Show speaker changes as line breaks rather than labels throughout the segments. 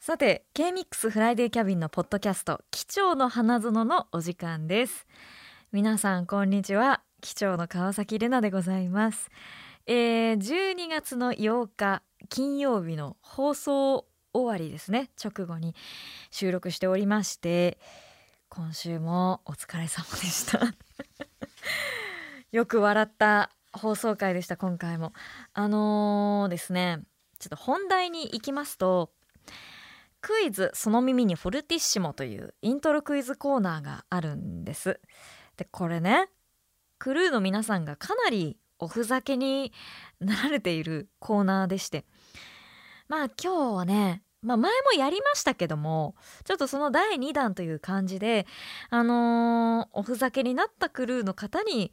さて K-MIX フライデーキャビンのポッドキャスト「機長の花園」のお時間です皆さんこんにちは機長の川崎れなでございます、えー、12月の8日金曜日の放送終わりですね直後に収録しておりまして今週もお疲れ様でした よく笑った放送回でした今回もあのーですねちょっと本題に行きますとクイズその耳にフォルティッシモというイントロクイズコーナーがあるんですでこれねクルーの皆さんがかなりおふざけになられているコーナーでしてまあ今日はね、まあ、前もやりましたけどもちょっとその第2弾という感じであのーおふざけになったクルーの方に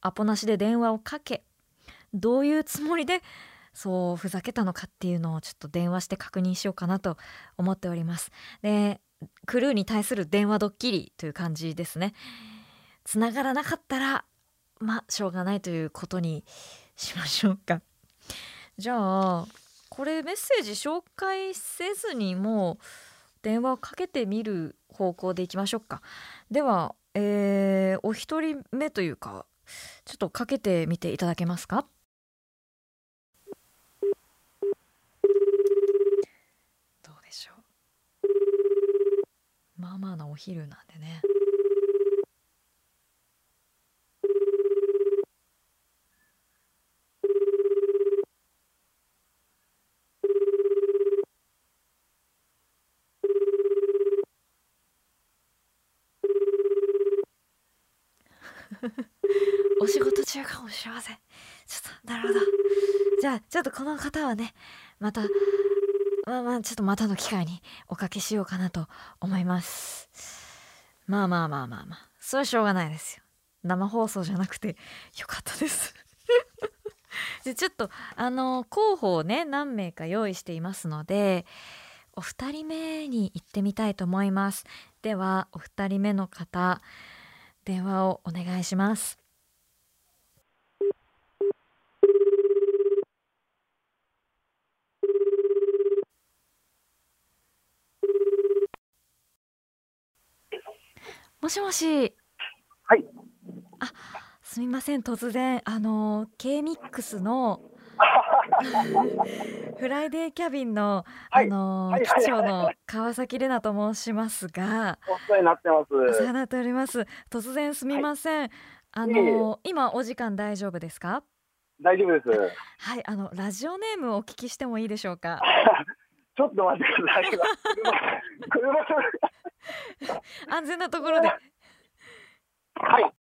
アポなしで電話をかけどういうつもりでそうふざけたのかっていうのをちょっと電話して確認しようかなと思っております。でクルーに対する電話ドッキリという感じですね。つながらなかったらまあしょうがないということにしましょうか。 じゃあこれメッセージ紹介せずにもう電話をかけてみる方向でいきましょうか。では、えーお一人目というかちょっとかけてみていただけますかどうでしょうまあまあなお昼なんでね お仕事中かもしれませんちょっとなるほどじゃあちょっとこの方はねまたまあまあちょっとまたの機会におかけしようかなと思いますまあまあまあまあまあそれはしょうがないですよ生放送じゃなくてよかったです でちょっとあの候補をね何名か用意していますのでお二人目に行ってみたいと思いますではお二人目の方電話をお願いしますもしもし
はい。
すみません突然あの K-MIX のフライデーキャビンの、
はい
あの、
はいはい
機長の川崎玲奈と申しますが、
お世話になってます。
お世話になっております突然すみません、あの今お時間大丈夫ですか
大丈夫です。
はいあのラジオネームをお聞きしてもいいでしょうか
ちょっと待ってください。車、車、
安全なところで
はい。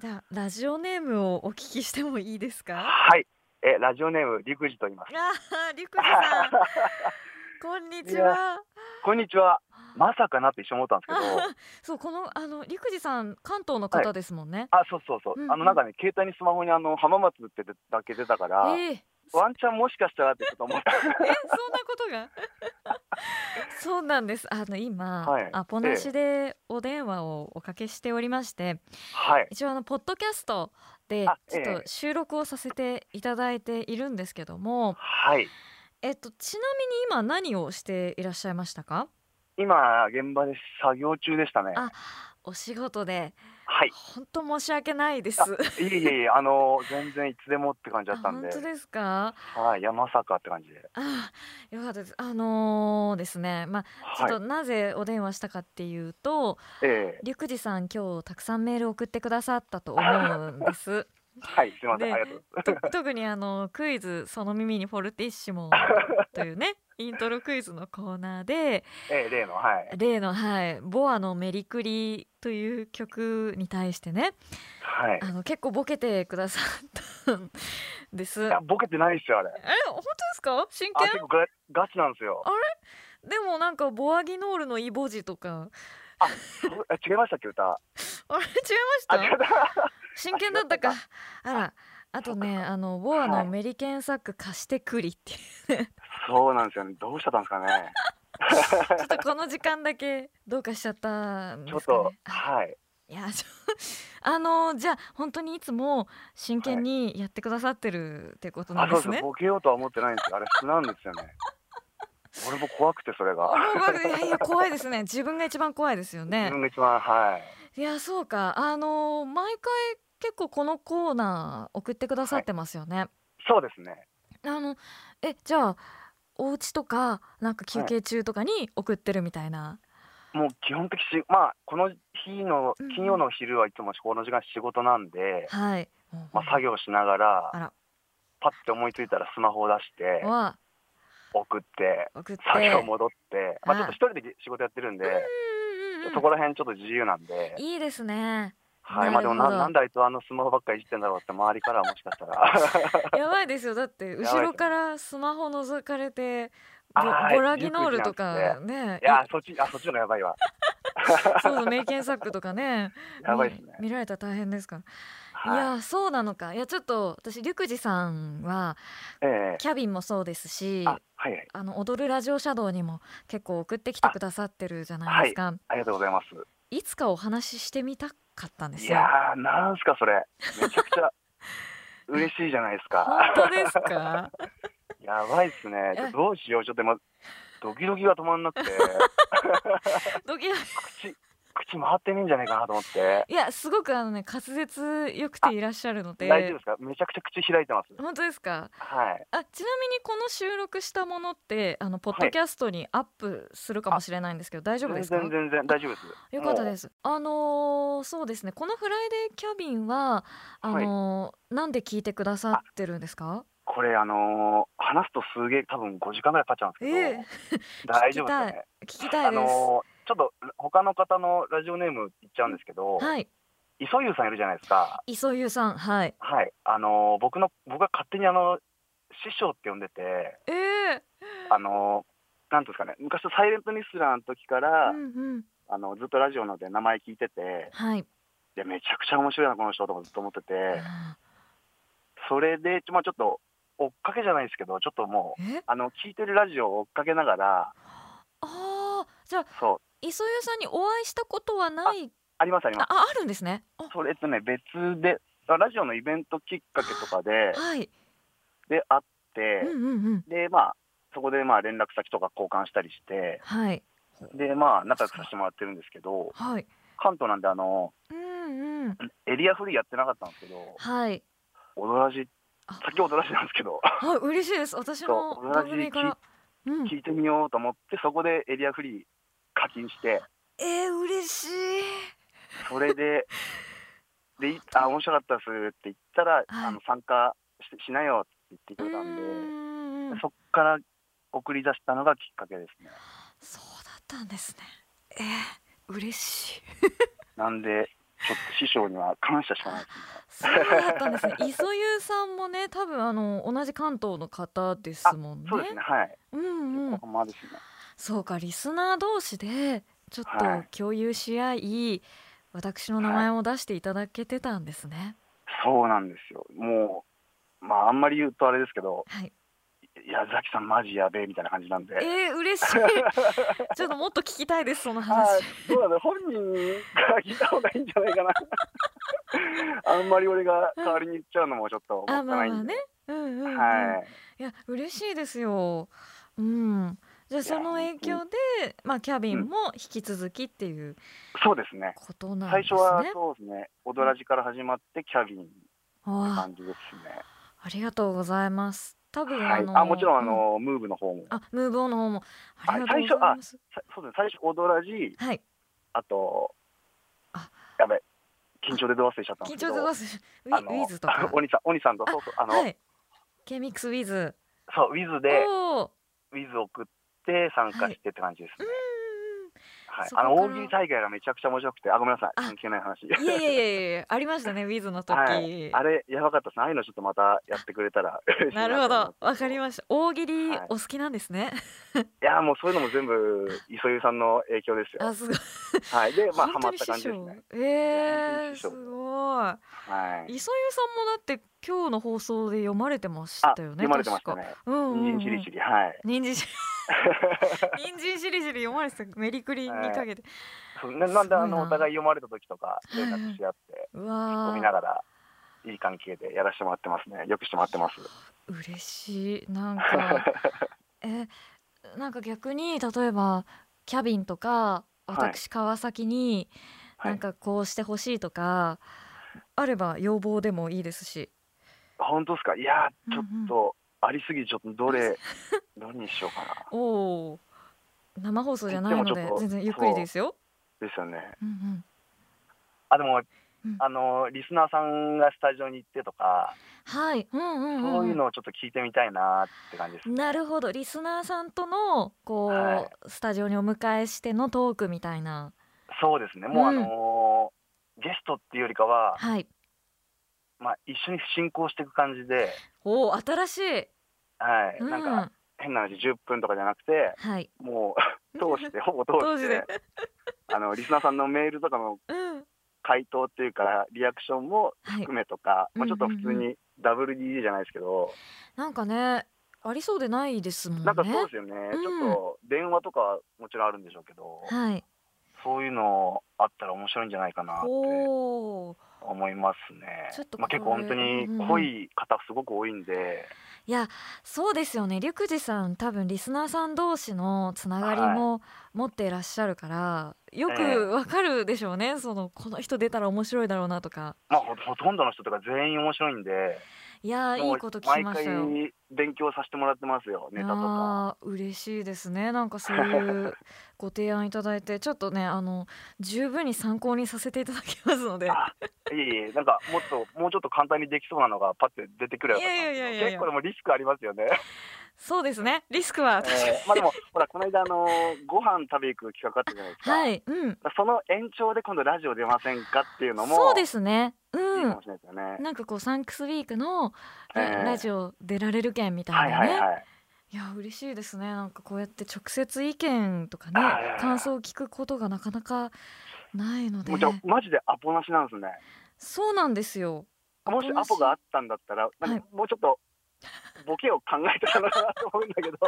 じゃあラジオネームをお聞きしてもいいですか
はい。え、ラジオネーム、りくじと言います。
あーリュクジさ んこんにち
い
は
こんにちは。まさかなって一瞬思ったんですけ ど。
そうこのあの陸次さん関東の方ですもんね。
あ、そうそうそう。
うんうん
あの、なんかね、携帯にスマホにあの、浜松ってだけ出たから、
えー、え
ワンチャンもしかしたらってちょっと思った。
そんなことが そうなんですあの今、
はい
アポなしでお電話をおかけしておりまして
はい。
一応あのポッドキャストで
あ
ちょっ
え
と収録をさせていただいているんですけども、
はい。
えっと、ちなみに今何をしていらっしゃいましたか
今、現場で作業中でしたね。
あお仕事で
はい。
本当申し訳ないです。
いえいえいえ、あの、全然いつでもって感じだ
あ
ったん
本
で。
当ですか
はい。いや、まさかって感じで。
あよかったです。あのーですね、まあ、ちょっと
は
なぜお電話したかっていうと、
い。ええ
りゅくじさん今日たくさんメール送ってくださったと思うんです。
はい。すいません。
で
ありがとうございます。
と特にあのクイズその耳にフォルティッシモというねイントロクイズのコーナーで
ええ例のはい
例のはいボアのメリクリという曲に対してね、
はい
あの結構ボケてくださったんです。
い
え
やボケてないっすよあれ
本当ですか？真
あ
剣？
結構ガガチなんですよ
あでもなんかボアギノールのイボジとか
あ違いましたっけ歌
あれ違い
あ
ま
違
し
ったた
真剣だったかあらあとねあのボア
は
の
い
メリケンサック貸してくり っていう
そうなんですよねどうしちゃったんですか ね
ちょっとこの時間だけどうかしちゃったんで
ちょっ
すか、ね
と、はい
いやちょ あのじゃあ本当にいつも真剣にやってくださってるってことな
あ
ん
そ
で
う
す
です
ね、
ボケようとは思ってないんですよあれ素なんですよね俺も怖くてそれが。
いやいや怖いです ね自分が一番怖いですよ
自
ね
分が一番はい。
いやそうかあのー毎回結構このコーナー送ってくださってますよね、
そうですね。
あのえじゃあお家とかなんか休憩中とかに送ってるみたいな、
もう基本的し、まあこの日の
うんうん
金曜の昼はいつもこの時間仕事なんで、
はい、
まあ作業しなが
あら
ら、パって思いついたらスマホを出して
は
送って。
送って
作業戻って、ま
は
あ、
い
ちょっと一人で仕事やってるんで、
うんうんうん
そこら辺ちょっと自由なんで、
いいですね
はい、まあでも
なる
な
ほど
なんであいつはあのスマホばっかりいじってんだろうって周りからはもしかしたら
やばいですよだ って
ばいです
後ろからスマホ覗かれて ボ
あー
ボラギノールとかね
いやそっちあそっちの方がやばいわ
そうそう名犬サックとかね
やばいっすね、
見見られたら大変ですから、い、
は、
やそうなのかいやちょっと私陸二さんはい
ええ
キャビンもそうですし
あはいはい
あの踊るラジオシャドウにも結構送ってきてくださってるじゃないですか、
ありがとうございます
い、つかお話ししてみたかったんです
い
よ
やーなんすかそれめちゃくちゃ嬉しいじゃないです
本
か
当ですか
やばいっすね
いや
どうしようちょっと今ドキドキが止まんなくて
ドキドキ
口口回ってねえんじゃないかなと思って
いやすごくあのね滑舌よくていらっしゃるので
大丈夫ですかめちゃくちゃ口開いてます
本当ですか
はい
あちなみにこの収録したものってあのポッドキャストにアップするかもしれないんですけど、大丈夫ですか
全然全然大丈夫です
よかったですすあのーそうですねこの「フライデーキャビンは」あのーなんで聞いてくださってるんですか
これあのー話すとすげえ多分5時間ぐらいかかっちゃうん
え
で
え
すけど、 大丈夫ですか
聞きた
ね
聞きたい
あ
です、
のーちょっと他の方のラジオネーム言っちゃうんですけど、
はい
磯湯さんいるじゃないですか
磯湯さんはい
はいあのー僕の僕が勝手にあの師匠って呼んでて
ええ
あのーなんていうんですかね昔のサイレントリスラーの時から、
うんうん
あのずっとラジオので名前聞いてて
はい、
でめちゃくちゃ面白いなこの人とかずっと思ってて
あ
それで、まあ、ちょっと追っかけじゃないですけどちょっともう
ーえ
あの聞いてるラジオを追っかけながら
あーじゃあ
そう
磯湯さんにお会いしたことはない
ありますあり
あ
ます
ああるんですねあ
それとね別でラジオのイベントきっかけとかで
はい
で会っ
う
て、
んうんうん
でまあそこでまあ連絡先とか交換したりして
はい
でまあ仲良くさせてもらってるんですけど
はい
関東なんであの
うんうん
エリアフリーやってなかったんですけど
はい
踊らじ
あ
先踊らじなんですけど
あ嬉しいです私の
そう同
番
じ
組からうん
聞いてみようと思ってそこでエリアフリー課金して
えー、嬉しい
そ れででいあ面白かったですって言ったら、あの参加ししなよって言ってくれたんで。
うーん
そっから送り出したのがきっかけですね。
そうだったんですねえー、嬉しい
なんで、ちょっと師匠には感謝しかないですね。
そうだったん ですね磯湯さんもね多分あの同じ関東の方ですもんね
そうですね、はい。
うんうん
横浜ですね。
そうかリスナー同士でちょっ
は
と共有し合い、私の名前も出していただけてたんですね
そうなんですよ。もう、まあ、あんまり言うとあれですけど、
はい、
いや、ザキさんマジやべえみたいな感じなんで。
えー、嬉 しいちょっともっと聞きたいですその
は
話
い、そうなんだ本人から聞いた方がいいんじゃない かな。あんまり俺が代わりに言っちゃうのもちょっともった
あ
い
まあま
ない
あ
ん
ねう
で。
んうん、うん、
はい
や嬉しいですよ。うん。じゃあ
いや
その影響で、まあキャビンも引き続きっていう
い。そうですね。
ことなん
最
です
初
ね。
はそうですね、踊らじから始まってキャビンって
わあ
感じですね。
ありがとうございます。多分
は
あ
い、
の、
あもちろんあ
う
の、ムーブの方も
あムーブオンの方もありがとうございます。
さそうですね最初踊らじ
はい。
あと
あ
やべ緊張でど忘れしちゃったんで
緊
すけど
張でます。ウィ
あの。
ウィズとか
お兄さんお兄さんとそうそうあの、
はい。ケミックスウィズ。
そうウィズで
おお。
ウィズ送って参加してって感じですね、はい
そこから
あの大喜利大会がめちゃくちゃ面白くてあごめんなさい
あ
関係ない話
いやいやいやいやありましたねウィズの時。
はい、 あれやばかったですねああいうのちょっとまたやってくれたら嬉しい
なるほどわかり
ま
ました。大喜利
はい
お好きなんですね。
すいやもうそういうのも全部磯湯さんの影響ですよ
あすごい。
はいでまあハ
本当
マっ
に
た
師
感じです
匠
ね。
ええ
いや本当に師
す
匠
ごい。
はい
磯湯さんもだって今日の放送で読まれてましたよね。
読まれてました
確か。
ね
うんうん、う
人
ん。
参しりしりはい
人参し。 人参しりしり読まれてたメリクリにかけて。
そうななんで
す
あ
ごいな
のお互い読まれた時とか
いはい
連絡し合って
う
飲
わ
みな
あ。
がらいい関係でやらせてもらってますねよくしてもらってます
嬉しいなんか。え。なんか逆に例えばキャビンとか私川崎に
は
なん
い、
かこうしてほしいとか、あれば要望でもいいですし、
本当ですかいやーちょっ
うんうん
とありすぎちょっと どれどれにしようかな
おお生放送じゃないの
で
で
もちょっと
全然ゆっくりですよ。
ですよね
うんうん、
あでも、
うん
あのリスナーさんがスタジオに行ってとか、
はい、うんうんうん、
そういうのをちょっと聞いてみたいなって感じです、
なるほどリスナーさんとのこう、
は
スタジオにお迎えしてのトークみたいな
そうですねもうあ
うん
のーゲストっていうよりかは、
はい
まあ、一緒に進行していく感じで、
おお新しい、
はい、
うん、
なんか変な話10分とかじゃなくて
はい
も う通してほぼ通
当
し
時
て
で、
あのリスナーさんのメールとかの
うん、
回答っていうかリアクションも
はい
含めとか、
うん
まあ、ちょっと普通
うんう
に WDD じゃないですけど、
なんかねありそうでないですもんね
なんかそうですよね、
ん
ちょっと電話とかはもちろんあるんでしょうけど、
はい
そういうのあったら面白いんじゃないかなって
おお
思いますね
ちょっと。
まあ、結構
これ
本当に濃い方すごく多いんで、
いやそうですよね陸二さん多分リスナーさん同士のつながりも持っていらっしゃるから、よ
ええ
くわかるでしょうね、そのこの人出たら面白いだろうなとか
まあ、ほほとんどの人とか全員面白いんで、
いやーい
もう
いこと聞き
毎
まし
回
たよ。
勉強させてもらってますよ、ネタとか。
あー嬉しいですねなんかそういうご提案いただい てちょっとねあの十分に参考にさせていただきますので
あいえいえ、なんかもっと、もうちょっと簡単にできそうなのがパッて出てくればよかったんですけど
いやいやいやいや
結構でもリスクありますよね。
そうですねリスクは確かに、
えーまあでも、ほら、この間、あのご飯食べ行く企画あったじゃないですか。
はいうん
その延長で今度ラジオ出ませんかっていうのも、
そうですね
いい
うん
かもしれないですよね。
なんかこうサンクスウィークの
え
ラ,、
え
ジオ出られる券みた
はいい
な
はい
ね、い
はい。
や嬉しいですねなんかこうやって直接意見とかね
はいはいはい
感想を聞くことがなかなかないので
もうじゃあマジでアポなしなんですね。
そうなんですよ
もしアポがあったんだったら、なんかもうちょっとボケを考えてたのかなと思うんだ けど、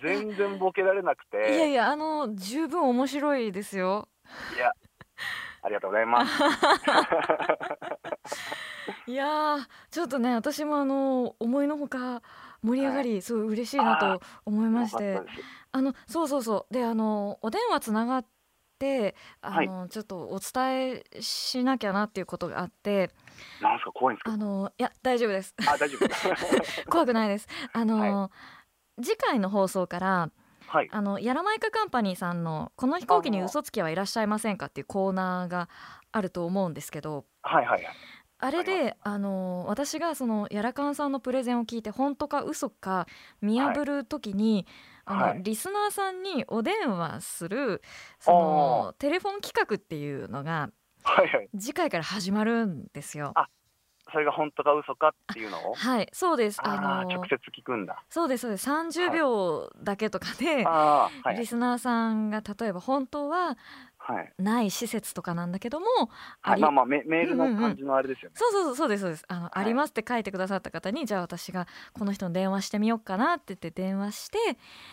全然ボケられなくて、
いやいやあの十分面白いですよ
いやありがとうございます。
いやーちょっとね私もあの思いのほか盛り上がり、すごい嬉しいな
あー
と思いまし
よ
て
かったです
あのそうそうそうであのお電話つながってあの、ちょっとお伝えしなきゃなっていうことがあって
なんすか怖いんです
あのいや大丈夫です
か。あ大丈夫。
怖くないですあの、次回の放送から
はい。
あのやらマイカカンパニーさんの「この飛行機に嘘つきはいらっしゃいませんか?」っていうコーナーがあると思うんですけど
はいはいはい。
あれ
わ
で、あの私がそのやらかんさんのプレゼンを聞いて本当か嘘か見破るときに、あの
はい
リスナーさんにお電話するそのテレフォン企画っていうのが
はいはい。
次回から始まるんですよ。
あそれが本当か嘘かっていうのを、
はい、そうです。
あ
あ
あー
の
直接聞くんだ。
そうですそうです。三十
はい
秒だけとかで、
ああはい
リスナーさんが例えば本当は
はい。
ない施設とかなんだけども、あ
はい、
り
まあまあメメールの感じのあれですよね。
そうそうそうそうですそうですあの、
い
ありますって書いてくださった方にじゃあ私がこの人に電話してみようかなって言って電話して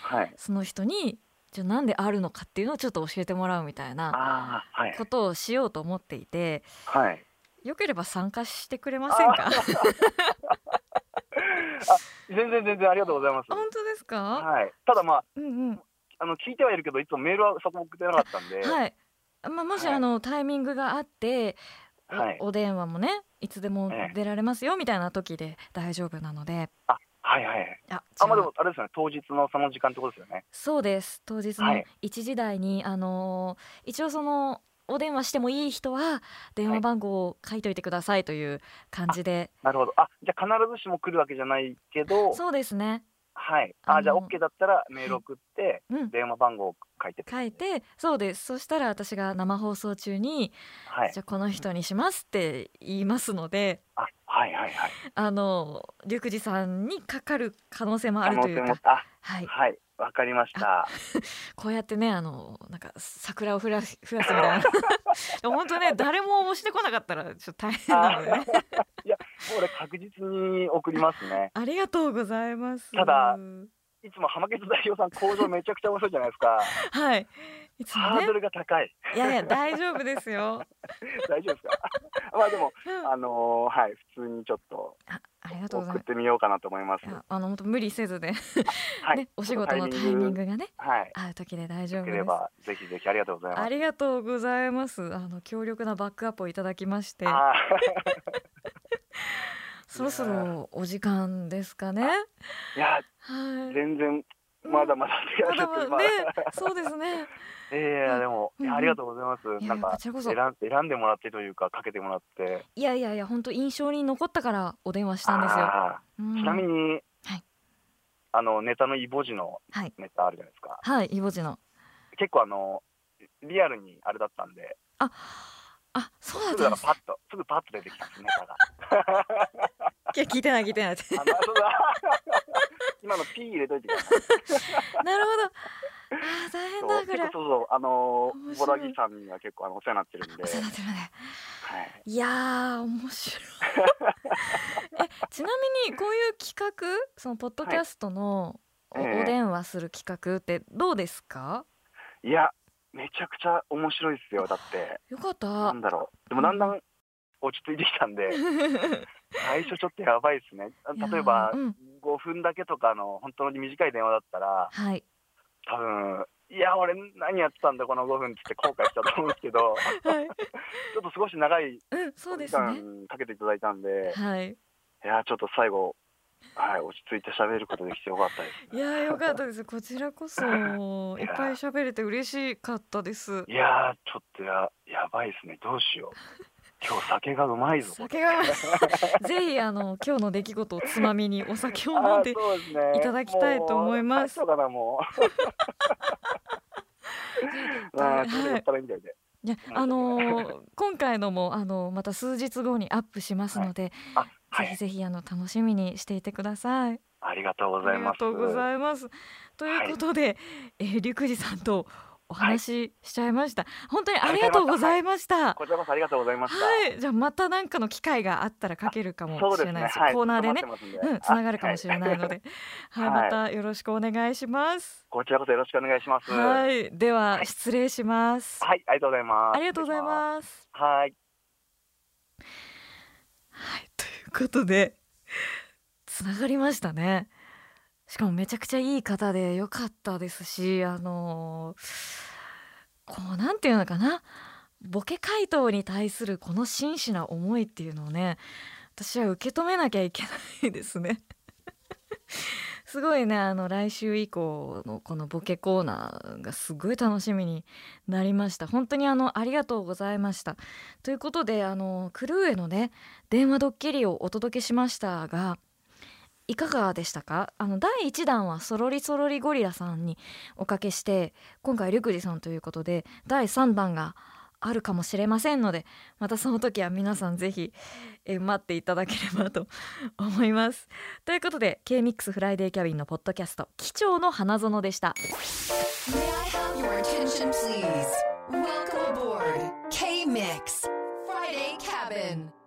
はい。
その人にじゃあなんであるのかっていうのをちょっと教えてもらうみたいな
ああはい
ことをしようと思っていて
はい。
よければ参加してくれませんか
全然全然ありがとうございます。
本当ですか、
はい。ただまあ
うんうん
あの聞いてはいるけどいつもメールはそこ送ってなかった んで、
はいまあ、もし
はい
あのタイミングがあってお,、
はい
お電話もねいつでも
ええ
出られますよみたいな時で大丈夫なので
はいはい。
あ
あま
じ
あで
ゃあ
もあれですよね当日のその時間ってことですよね。
そうです当日
は
の
い
1時台に、あのー一応そのお電話してもいい人は電話番号を書いといてくださいという感じで、
なるほど。あじゃあ必ずしも来るわけじゃないけど、
そうですね
はい。
あの
あじゃあ OK だったらメール送って
うん
電話番号を書いて。
書い。てそうですそしたら私が生放送中に、
はい
じ。ゃあこの人にしますって言いますので
あはいはいはい。
あの陸二さんにかかる可能性もあ
可
る
能
とい
性
う
も
か、
あ
はい、
はいわかりました。
こうやってねあのなんか桜をふらふらすみたいな 本当ね誰も押してこなかったらちょっと大変なのでね。
これ確実に送りますね。
ありがとうございます。
ただいつも浜口代表さん工場めちゃくちゃ面白いじゃないですか
はいいつ
ハ
も
ー
ね
ドルが高い
いやいや大丈夫ですよ、
大丈夫です かまあでも
うん
あのーはい普通にちょっと
あありがとうございま
送っ
す
てみようかなと思います
いやあの本当無理せずで、
はい、
ねお仕事のタイミングがね
はい
合う時で大丈
よ
夫
け
で
れ
す
ばぜひぜひありがとうございま
あ
す
りがとうございますあの強力なバックアップをいただきまして
あ
そろそろお時間ですかね
ーいや
はい
全然まだまだいや
ま
ちょ
だ
っと
まだ
今、
ねそうですね
ええいやでも、いや
うん
ありがとうございます、
い
な
や
ん
こ
か
ちらこそ
選ん選んでもらってというかかけてもらって
いやいやいや本当印象に残ったからお電話したんですよ、
あ
うん
ーちなみに、
はい
あのネタのイボジの
はい
ネタあるじゃないですか
はいイボジの
結構あのリアルにあれだったんで
ああそうだ
す
っ
ぐ
た
だ
んで
から
す
パッとすぐパッと出てきたんですネタが
いや聞いてない聞いて ない
あのそうだ今のピー入れといてください
なるほどあー大変
そう
だ
結
これ
構そうそうあの
面
ボ
白い
ラギさんには結構あのお世話になってるんで、
お世話になってるね
はい、
いやー面 白いえちなみにこういう企画そのポッドキャストのお,、
はいええ
お電話する企画ってどうですか
いやめちゃくちゃ面白いですよだって
よかっ
な
た
んだろうでもだんだん落ち着いてきたんで 最初ちょっとやばいですねあ
いやー
例えば
うん
5分だけとかの本当に短い電話だったら
はい
多分いや俺何やってたんだこの5分っつって後悔したと思うんですけど
はい
ちょっと少し長い
うんそう
お
で
時
す
間
ね
かけていただいたんで
はい
いやーちょっと最後はい落ち着いて喋ることできてよかったです
いやーよかったですこちらこそいっぱい喋れて嬉しかったです
いやーちょっとややばいですねどうしよう今日酒がうまいぞ
酒が ぜひあの今日の出来事をつまみにお酒を 飲んで
あーそうですね
いただきたいと思います
もう帰っちゃおうかなもう まあちょっと酔っ払いみたいで、
い やあのー今回のもあのーまた数日後にアップしますので、
あは
ぜひ
い
ぜひあの楽しみにしていてください。
ありがとうご
あ
ざい
りが
ます
とうございます。ということで、えー、リュクジさんとお話ししちゃいました。本当にありがとうございました。は
こちらこそありがとうございました、
い、じゃあまたなんかの機会があったらかけるかも
そう
し
です
れ
ね
ないです。
はい
コーナーでね
ちょっ、と待ってますん
う
で
ん、つながるかもしれないの
は
で、は、
はいい
またよろしくお願いします。
こちらこそよろしくお願いします、
はいい、では
はい
失礼します。
はい、ありがとうございます
ありがとうございます。
すはい
はい、ということでつながりましたねしかもめちゃくちゃいい方で良かったですしあのこうなんていうのかなボケ回答に対するこの真摯な思いっていうのをね私は受け止めなきゃいけないですね。 すごいねあの来週以降のこのボケコーナーがすごい楽しみになりました本当にあのありがとうございましたということであのクルーへのね電話ドッキリをお届けしましたがいかがでしたかあの第1弾はそろりそろりゴリラさんにおかけして今回リュクジさんということで第3弾があるかもしれませんのでまたその時は皆さんぜひえー待っていただければと思います。ということで K-MIX フライデーキャビンのポッドキャスト「貴重の花園」でした。
May I have your attention, please? Welcome aboard K Mix Friday Cabin.